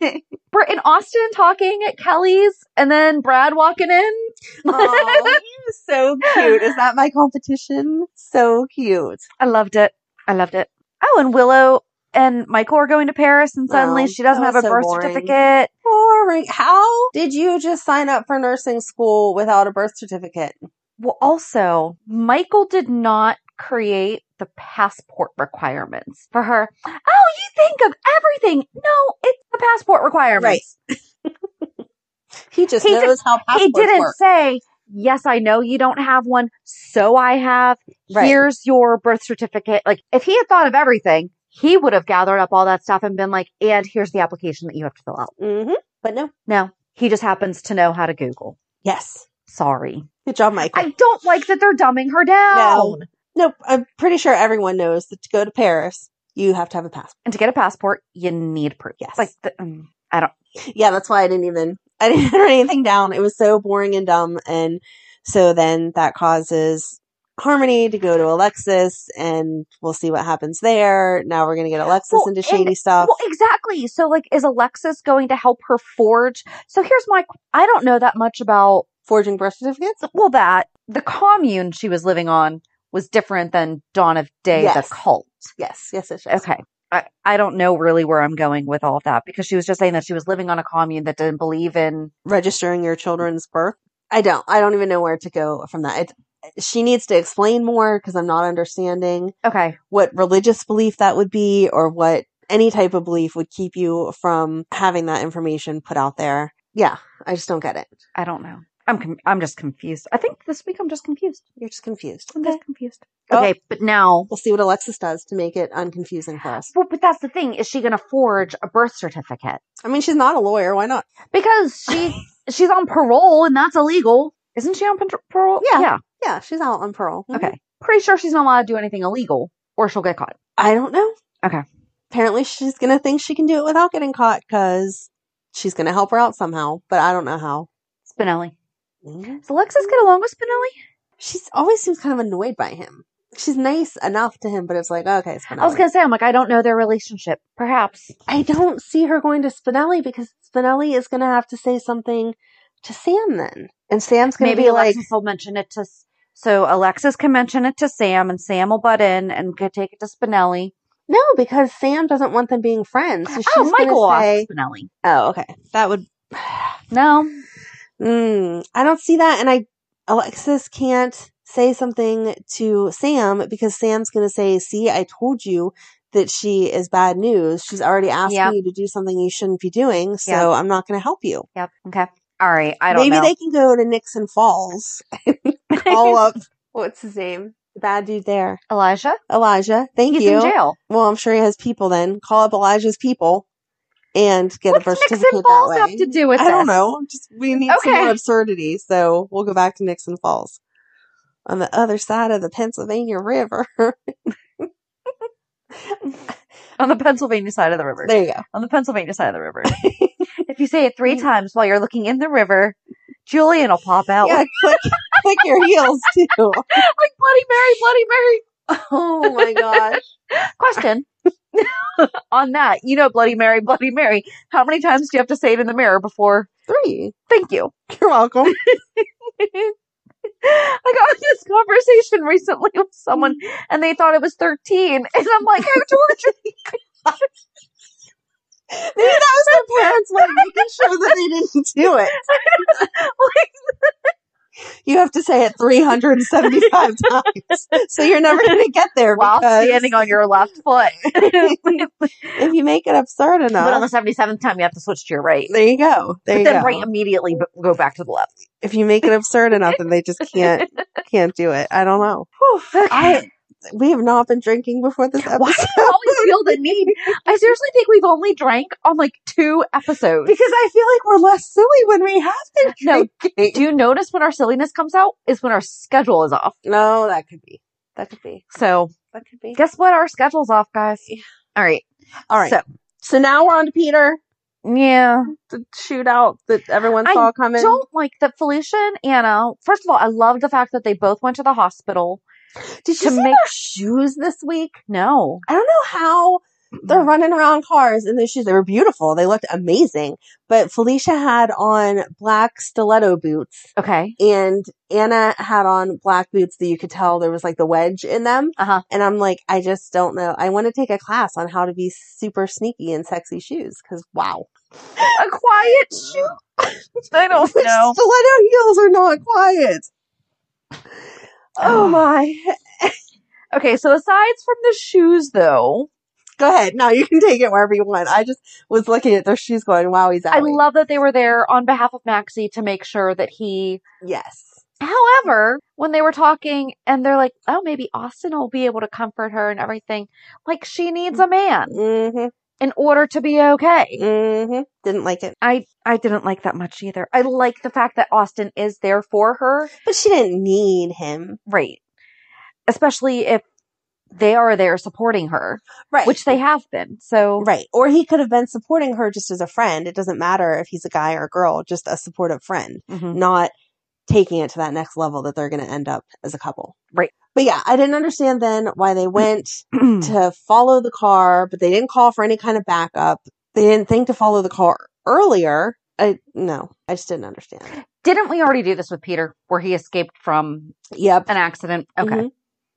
We're in Austin talking at Kelly's and then Brad walking in.
Oh, so cute. Is that my competition? So cute.
I loved it. I loved it. Oh, and Willow and Michael are going to Paris and suddenly
Oh,
she doesn't
that
have a
was so
birth
boring.
certificate.
Boring. How did you just sign up for nursing school without a birth certificate?
Well, also, Michael did not create the passport requirements for her. Oh, you think of everything. No, it's the passport requirements.
He just
He did-
knows how passports
He didn't
work.
say, yes, I know you don't have one. So I have.
Right.
Here's your birth certificate. Like, if he had thought of everything, he would have gathered up all that stuff and been like, and here's the application that you have to fill out.
hmm But no.
No, he just happens to know how to Google.
Yes.
Sorry.
Good job, Michael.
I don't like that they're dumbing her down.
No. Nope. I'm pretty sure everyone knows that to go to Paris, you have to have a passport.
And to get a passport, you need proof.
Yes.
Like, the, mm, I don't.
Yeah, that's why I didn't even I didn't write anything down. It was so boring and dumb, and so then that causes Harmony to go to Alexis, and we'll see what happens there. Now we're gonna get Alexis
Well,
into
and-
shady stuff.
Well, exactly. So, like, is Alexis going to help her forge? So, here's my. I don't know that much about.
Forging birth certificates.
Well, that the commune she was living on was different than Dawn of Day,
Yes.
the cult.
Yes, yes, yes. yes.
Okay. I, I don't know really where I'm going with all of that because she was just saying that she was living on a commune that didn't believe in.
Registering your children's birth. I don't. I don't even know where to go from that. It, she needs to explain more because I'm not understanding.
Okay.
what religious belief that would be or what any type of belief would keep you from having that information put out there. Yeah, I just don't get it.
I don't know. I'm com- I'm just confused. I think this week I'm just confused.
You're just confused.
I'm just confused.
Oh.
Okay, but now,
We'll see what Alexis does to make it unconfusing for us.
well, but that's the thing: is she going to forge a birth certificate
I mean, she's not a lawyer. Why not?
because she she's on parole and that's illegal? Isn't she on par- parole?
Yeah. Yeah, she's out on parole. Mhm.
Okay. Pretty sure she's not allowed to do anything illegal, or she'll get caught.
I don't know.
Okay.
Apparently, she's going to think she can do it without getting caught because she's going to help her out somehow, but I don't know how.
Spinelli. Does Alexis get along with Spinelli?
She always seems kind of annoyed by him. She's nice enough to him, but it's like, okay, it's
I was
Spinelli.
gonna say, I'm like, I don't know their relationship. Perhaps.
I don't see her going to Spinelli because Spinelli is going to have to say something to Sam then. And Sam's going to
Maybe
be
Alexis
like,
will mention it to. S- So Alexis can mention it to Sam, and Sam will butt in and could take it to Spinelli.
no, because Sam doesn't want them being friends. So she's
oh, Michael
going
off
to say,
Spinelli.
oh, okay. That would,
No,
mm, I don't see that. And I, Alexis can't say something to Sam because Sam's going to say, see, I told you that she is bad news. She's already asking
Yeah.
you to do something you shouldn't be doing. So
Yeah.
I'm not going to help you.
Yep. Okay. All right. I don't
Maybe
know.
they can go to Nixon Falls and call up what's his name? The bad dude there.
Elijah,
Elijah. Thank
he's
you.
in jail.
Well, I'm sure he has people then. Call up Elijah's people and get a
What's
birth
Nixon
certificate
Falls
that way.
have to do with
I don't
this?
know. Just we need some
Okay.
more absurdity, so we'll go back to Nixon Falls. On the other side of the Pennsylvania River.
On the Pennsylvania side of the river.
there you go.
On the Pennsylvania side of the river. if you say it three times while you're looking in the river, Julian will pop out.
Yeah, click click your heels too.
like Bloody Mary, Bloody Mary.
Oh my gosh.
Question. On that, you know Bloody Mary, Bloody Mary. How many times do you have to say it in the mirror before?
Three.
Thank you.
You're welcome.
I got in this conversation recently with someone and they thought it was 13. And I'm like, oh, Georgia.
Maybe that was their parents like making sure that they didn't do it.
Like,
You have to say it 375 times. So you're never going to get there
while
because
standing on your left foot. but
if you make it absurd
on the
enough,
77th time, you have to switch to your right.
there you go. There
But
you
then
go.
right um immediately b- go back to the left.
If you make it absurd enough and they just can't can't do it. I don't know.
Whew, okay.
I we have not been drinking before this episode.
Why do you always feel the need. I seriously think we've only drank on like two episodes.
because I feel like we're less silly when we have been
No,
drinking.
Do you notice when our silliness comes out is when our schedule is off?
no, that could be. That could be.
So
That could be.
guess what? Our schedule's off, guys. All right.
All right.
So
So, now we're on to Peter,
yeah,
the shootout that everyone
I
saw coming.
don't like that Felicia and Anna. First of all, I love the fact that they both went to the hospital.
Did you
to
see
make-
their shoes this week?
No,
I don't know how they're running around cars in those shoes. They were beautiful. They looked amazing. But Felicia had on black stiletto boots
okay.
and Anna had on black boots that you could tell there was like the wedge in them.
Uh-huh.
And I'm like, I just don't know. I want to take a class on how to be super sneaky in sexy shoes because wow.
A quiet shoot. I don't know.
Stiletto heels are not quiet. Oh
Ah.
my.
Okay, so aside from the shoes, though,
Go ahead. No, you can take it wherever you want. I just was looking at their shoes going, wow, he's out.
I love that they were there on behalf of Maxie to make sure that he.
Yes.
However, when they were talking and they're like, "Oh, maybe Austin will be able to comfort her and everything," like she needs a man
Mm-hmm.
in order to be okay.
Mm-hmm. Didn't like it.
I I didn't like that much either. I like the fact that Austin is there for her,
But she didn't need him.
right? Especially if they are there supporting her,
Right.
which they have been. So
Right. Or he could have been supporting her just as a friend. It doesn't matter if he's a guy or a girl, just a supportive friend,
Mhm.
not taking it to that next level that they're going to end up as a couple.
Right.
But yeah, I didn't understand then why they went to follow the car, but they didn't call for any kind of backup. They didn't think to follow the car earlier. I no, I just didn't understand.
didn't we already do this with Peter, where he escaped from
Yep.
an accident? Okay.
Mhm.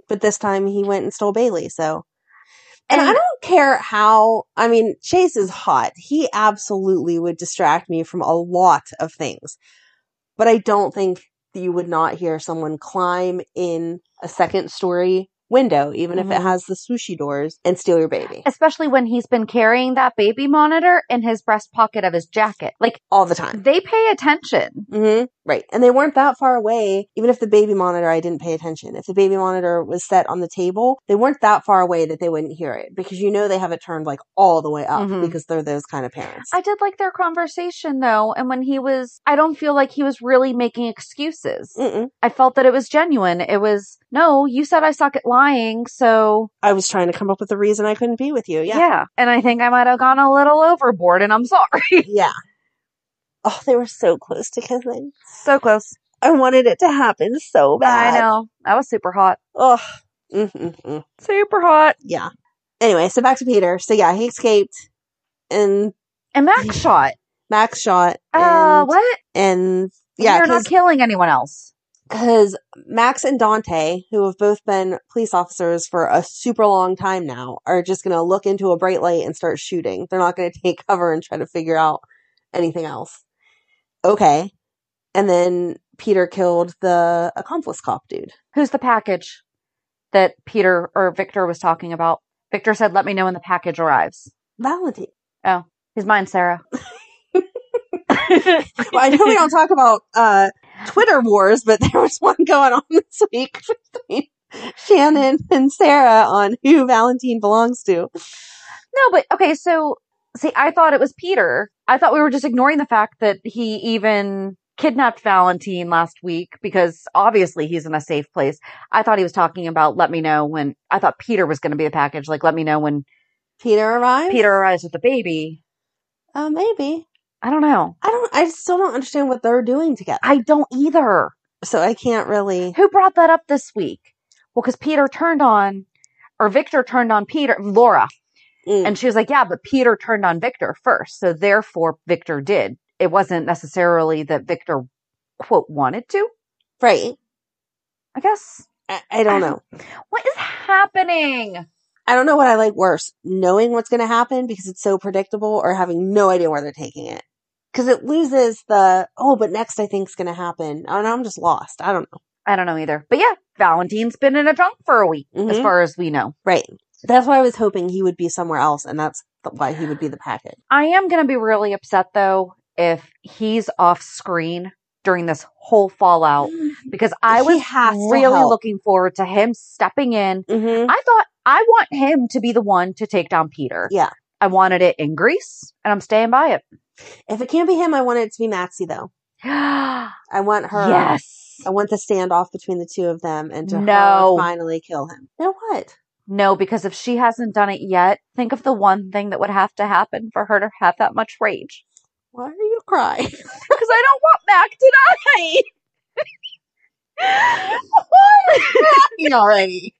But this time he went and stole Bailey, so and, I
And-
don't care how I mean, Chase is hot. He absolutely would distract me from a lot of things. But I don't think that you would not hear someone climb in a second story window, even if
Mhm.
it has the swooshy doors, and steal your baby.
Especially when he's been carrying that baby monitor in his breast pocket of his jacket. Like
All the time.
they pay attention.
hmm Right. And they weren't that far away. Even if the baby monitor, I didn't pay attention. If the baby monitor was set on the table, they weren't that far away that they wouldn't hear it because you know they have it turned like all the way up
Mhm.
because they're those kind of parents.
I did like their conversation though, and when he was, I don't feel like he was really making excuses.
Mm-mm.
I felt that it was genuine. It was, no, you said I suck at lying, so
I was trying to come up with a reason I couldn't be with you.
yeah.
Yeah.
And I think I might have gone a little overboard, and I'm sorry.
Yeah. Oh, they were so close to kissing.
so close.
I wanted it to happen so bad.
I know. That was super hot.
Oh, Mm-mm-mm.
Super hot.
yeah. Anyway, so back to Peter. So yeah, he escaped and
And Max shot.
Max shot. And,
Uh, what?
And
Yeah,
yeah,
You're
'cause-
not killing anyone else.
because Max and Dante, who have both been police officers for a super long time now, are just going to look into a bright light and start shooting. They're not going to take cover and try to figure out anything else. Okay. And then Peter killed the accomplice cop dude.
Who's the package that Peter or Victor was talking about? Victor said, let me know when the package arrives.
Valentine.
He's mine, Sarah.
Well, I know we don't talk about uh, Twitter wars, but there was one going on this week between Shannon and Sarah on who Valentine belongs to.
No, but okay, so see, I thought it was Peter. I thought we were just ignoring the fact that he even kidnapped Valentine last week because obviously he's in a safe place. I thought he was talking about let me know when I thought Peter was going to be the package, like let me know when
Peter arrived.
Peter arrives with the baby.
Uh, maybe.
I don't know.
I don't. I still don't understand what they're doing together.
I don't either.
So I can't really.
Who brought that up this week? Well, because Peter turned on, or Victor turned on Peter, Laura.
Mm.
And she was like, yeah, but Peter turned on Victor first. So therefore, Victor did. It wasn't necessarily that Victor, quote, wanted to,
right.
I guess.
I, I don't
I
know.
What is happening?
I don't know what I like worse: knowing what's going to happen because it's so predictable, or having no idea where they're taking it because it loses the oh, but next I think's going to happen, and I'm just lost. I don't know.
I don't know either. But yeah, Valentine's been in a drunk for a week, as
Mhm.
far as we know.
Right. That's why I was hoping he would be somewhere else, and that's th- why he would be the packet.
I am going to be really upset, though, if he's off screen during this whole fallout because I
He
was
has to
really
help.
looking forward to him stepping in.
Mm-hmm.
I thought I want him to be the one to take down Peter.
Yeah.
I wanted it in Greece and I'm staying by it.
If it can't be him, I want it to be Maxie though. I want her.
yes.
I want the standoff between the two of them and to
No.
her finally kill him. Now what?
No, because if she hasn't done it yet, think of the one thing that would have to happen for her to have that much rage.
Why are you crying?
Because I don't want Mac to die. Why?
already.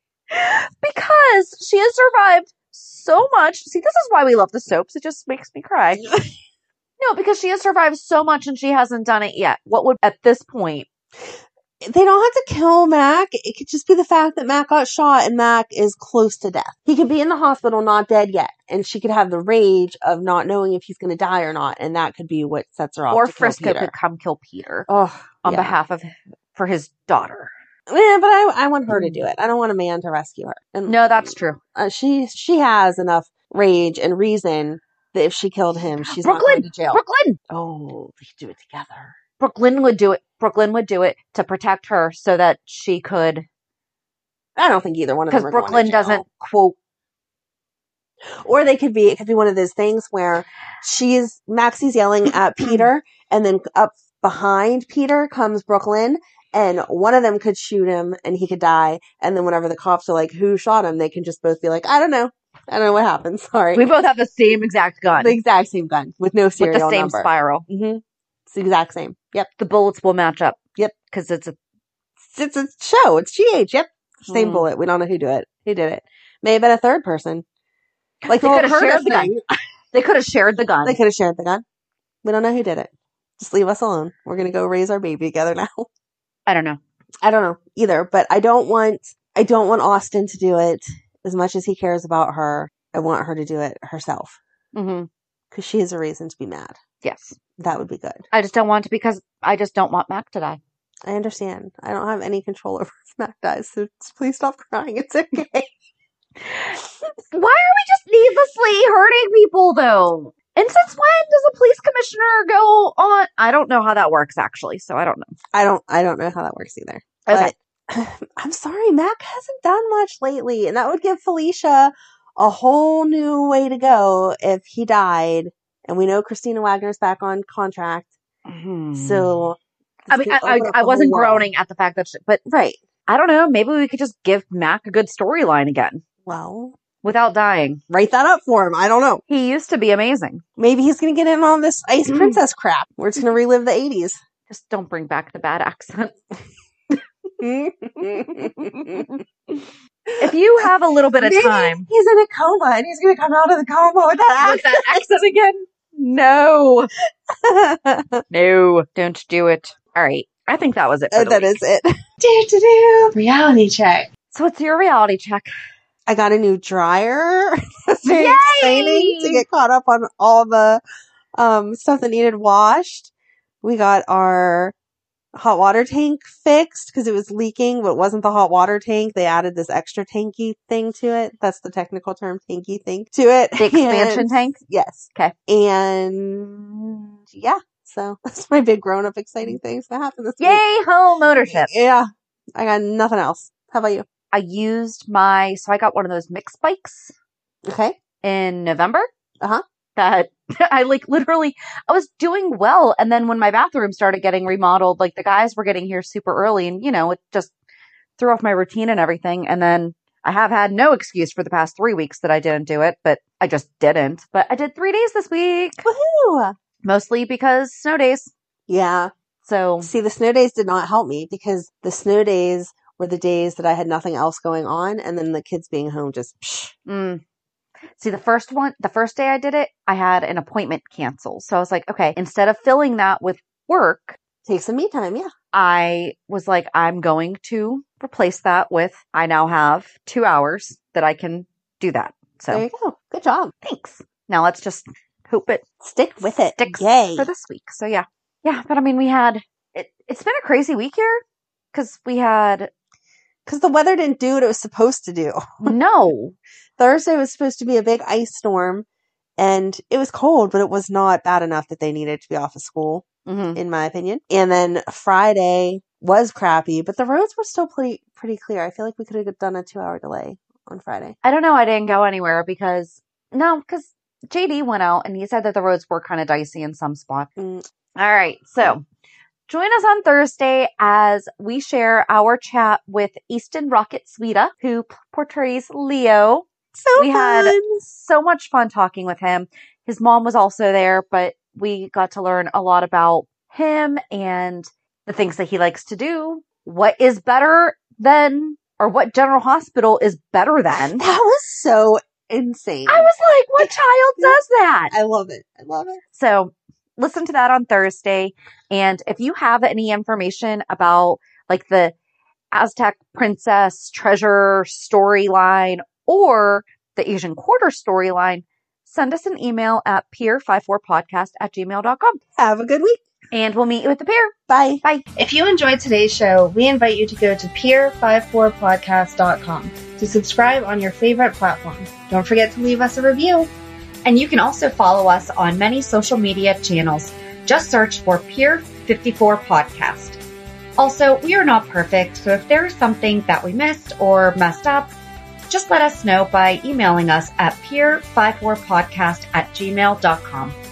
because she has survived so much. See, this is why we love the soaps. It just makes me cry. no, because she has survived so much and she hasn't done it yet. What would, at this point,
They don't have to kill Mac. It could just be the fact that Mac got shot and Mac is close to death. He could be in the hospital, not dead yet, and she could have the rage of not knowing if he's going to die or not, and that could be what sets her off.
or
to kill
Frisco
Peter.
could come kill Peter
Oh,
on
yeah.
behalf of, for his daughter.
Yeah, but I, I want her to do it. I don't want a man to rescue her. And
No, that's true.
uh, she she has enough rage and reason that if she killed him, she's not going to jail.
Brooklyn!
oh, they do it together.
Brooklyn would do it. Brooklyn would do it to protect her so that she could,
I don't think either one of them
because
are going to
Brooklyn
jail.
doesn't quote,
Or they could be it could be one of those things where she's Maxie's yelling at Peter, and then up behind Peter comes Brooklyn, and one of them could shoot him, and he could die. And then whenever the cops are like, "Who shot him?" they can just both be like, "I don't know. I don't know what happened. Sorry."
we both have the same exact gun
the exact same gun with no
with
serial
the same
number.
spiral.
Mm-hmm. It's the exact same. Yep.
The bullets will match up.
Yep.
Because it's a,
It's, it's a show. It's GH. Yep. Same
Hmm.
bullet. We don't know who did it. Who did it? May have been a third person. Like
They
the whole
coulda shared
Curtis
the gun.
thing.
they could have shared the gun.
They could have shared the gun. We don't know who did it. Just leave us alone. We're gonna go raise our baby together now.
I don't know.
I don't know either, but I don't want I don't want Austin to do it as much as he cares about her. I want her to do it herself
Mm-hmm.
because she has a reason to be mad.
Yes.
That would be good.
I just don't want to because I just don't want Mac to die.
I understand. I don't have any control over if Mac dies, so just please stop crying. It's okay.
Why are we just needlessly hurting people though? And since when does a police commissioner go on? I don't know how that works actually, so I don't know.
I don't. I don't know how that works either.
Okay.
But I'm sorry, Mac hasn't done much lately, and that would give Felicia a whole new way to go if he died. And we know Christina Wagner's back on contract,
Mm-hmm.
so
I
this
mean,
could
Hmm. I, I,
open up
I
the
wasn't
whole world.
groaning at the fact that, she, but
Right.
I don't know. Maybe we could just give Mac a good storyline again
Well,
without dying.
write that up for him. I don't know.
He used to be amazing.
Maybe he's gonna get in on this Ice
Mm.
Princess crap. We're just gonna relive the '80s.
Just don't bring back the bad accent. If you have a little bit of
Maybe
time
He's in a coma and he's going to come out of the coma with
with that accent again, no,
that accent.
no, don't do it. All right. I think that was it. For
Uh,
the
that
week.
is it.
Do, do, do. Reality check.
So it's your reality check.
I got a new dryer. It's very
Yay!
exciting to get caught up on all the um, stuff that needed washed. We got our hot water tank fixed because it was leaking, but it wasn't the hot water tank. They added this extra tanky thing to it. That's the technical term, tanky thing to it.
The expansion
And-
tank.
Yes.
Okay.
And yeah, so that's my big grown up exciting things that happened this week.
Yay, home ownership.
Yeah. I got nothing else. How about you?
I used my, so I got one of those mix bikes
Okay.
in November.
Uh-huh.
That I like literally, I was doing well. And then when my bathroom started getting remodeled, like the guys were getting here super early and, you know, it just threw off my routine and everything. And then I have had no excuse for the past three weeks that I didn't do it, but I just didn't. But I did three days this week,
Woohoo!
mostly because snow days.
Yeah.
So
See, the snow days did not help me because the snow days were the days that I had nothing else going on, and then the kids being home just. Psh.
Mm. See, the first one, the first day I did it, I had an appointment canceled. So I was like, okay, instead of filling that with work,
Take some me time, yeah.
I was like, I'm going to replace that with, I now have two hours that I can do that.
There
So
you go. Good job.
thanks. Now let's just hope it
Stick with it.
sticks
Yay.
for this week. So yeah. Yeah. But I mean, we had, it, it's been a crazy week here because we had,
Because the weather didn't do what it was supposed to do.
no,
Thursday was supposed to be a big ice storm, and it was cold, but it was not bad enough that they needed to be off of school.
Mhm.
in my opinion. And then Friday was crappy, but the roads were still pretty pretty clear. I feel like we could have done a two hour delay on Friday.
I don't know. I didn't go anywhere because no, because JD went out and he said that the roads were kind of dicey in some spots.
Mm.
All right, so join us on Thursday as we share our chat with Easton Rocket Sweeta, who p- portrays Leo.
So
we had so much fun talking with him. His mom was also there, but we got to learn a lot about him and the things that he likes to do. What is better than, or what General Hospital is better than?
that was so insane.
I was like, what child does that?
I love it. I love it.
So listen to that on Thursday. And if you have any information about like the Aztec princess treasure storyline or the Asian quarter storyline, send us an email at peer54podcast at gmail.com
Have a good week.
and we'll meet you at the pier.
Bye.
Bye.
If you enjoyed today's show, we invite you to go to peer54podcast.com to subscribe on your favorite platform. Don't forget to leave us a review. And you can also follow us on many social media channels. Just search for Peer54 Podcast. Also, we are not perfect, so if there is something that we missed or messed up, just let us know by emailing us at peer54podcast at gmail.com.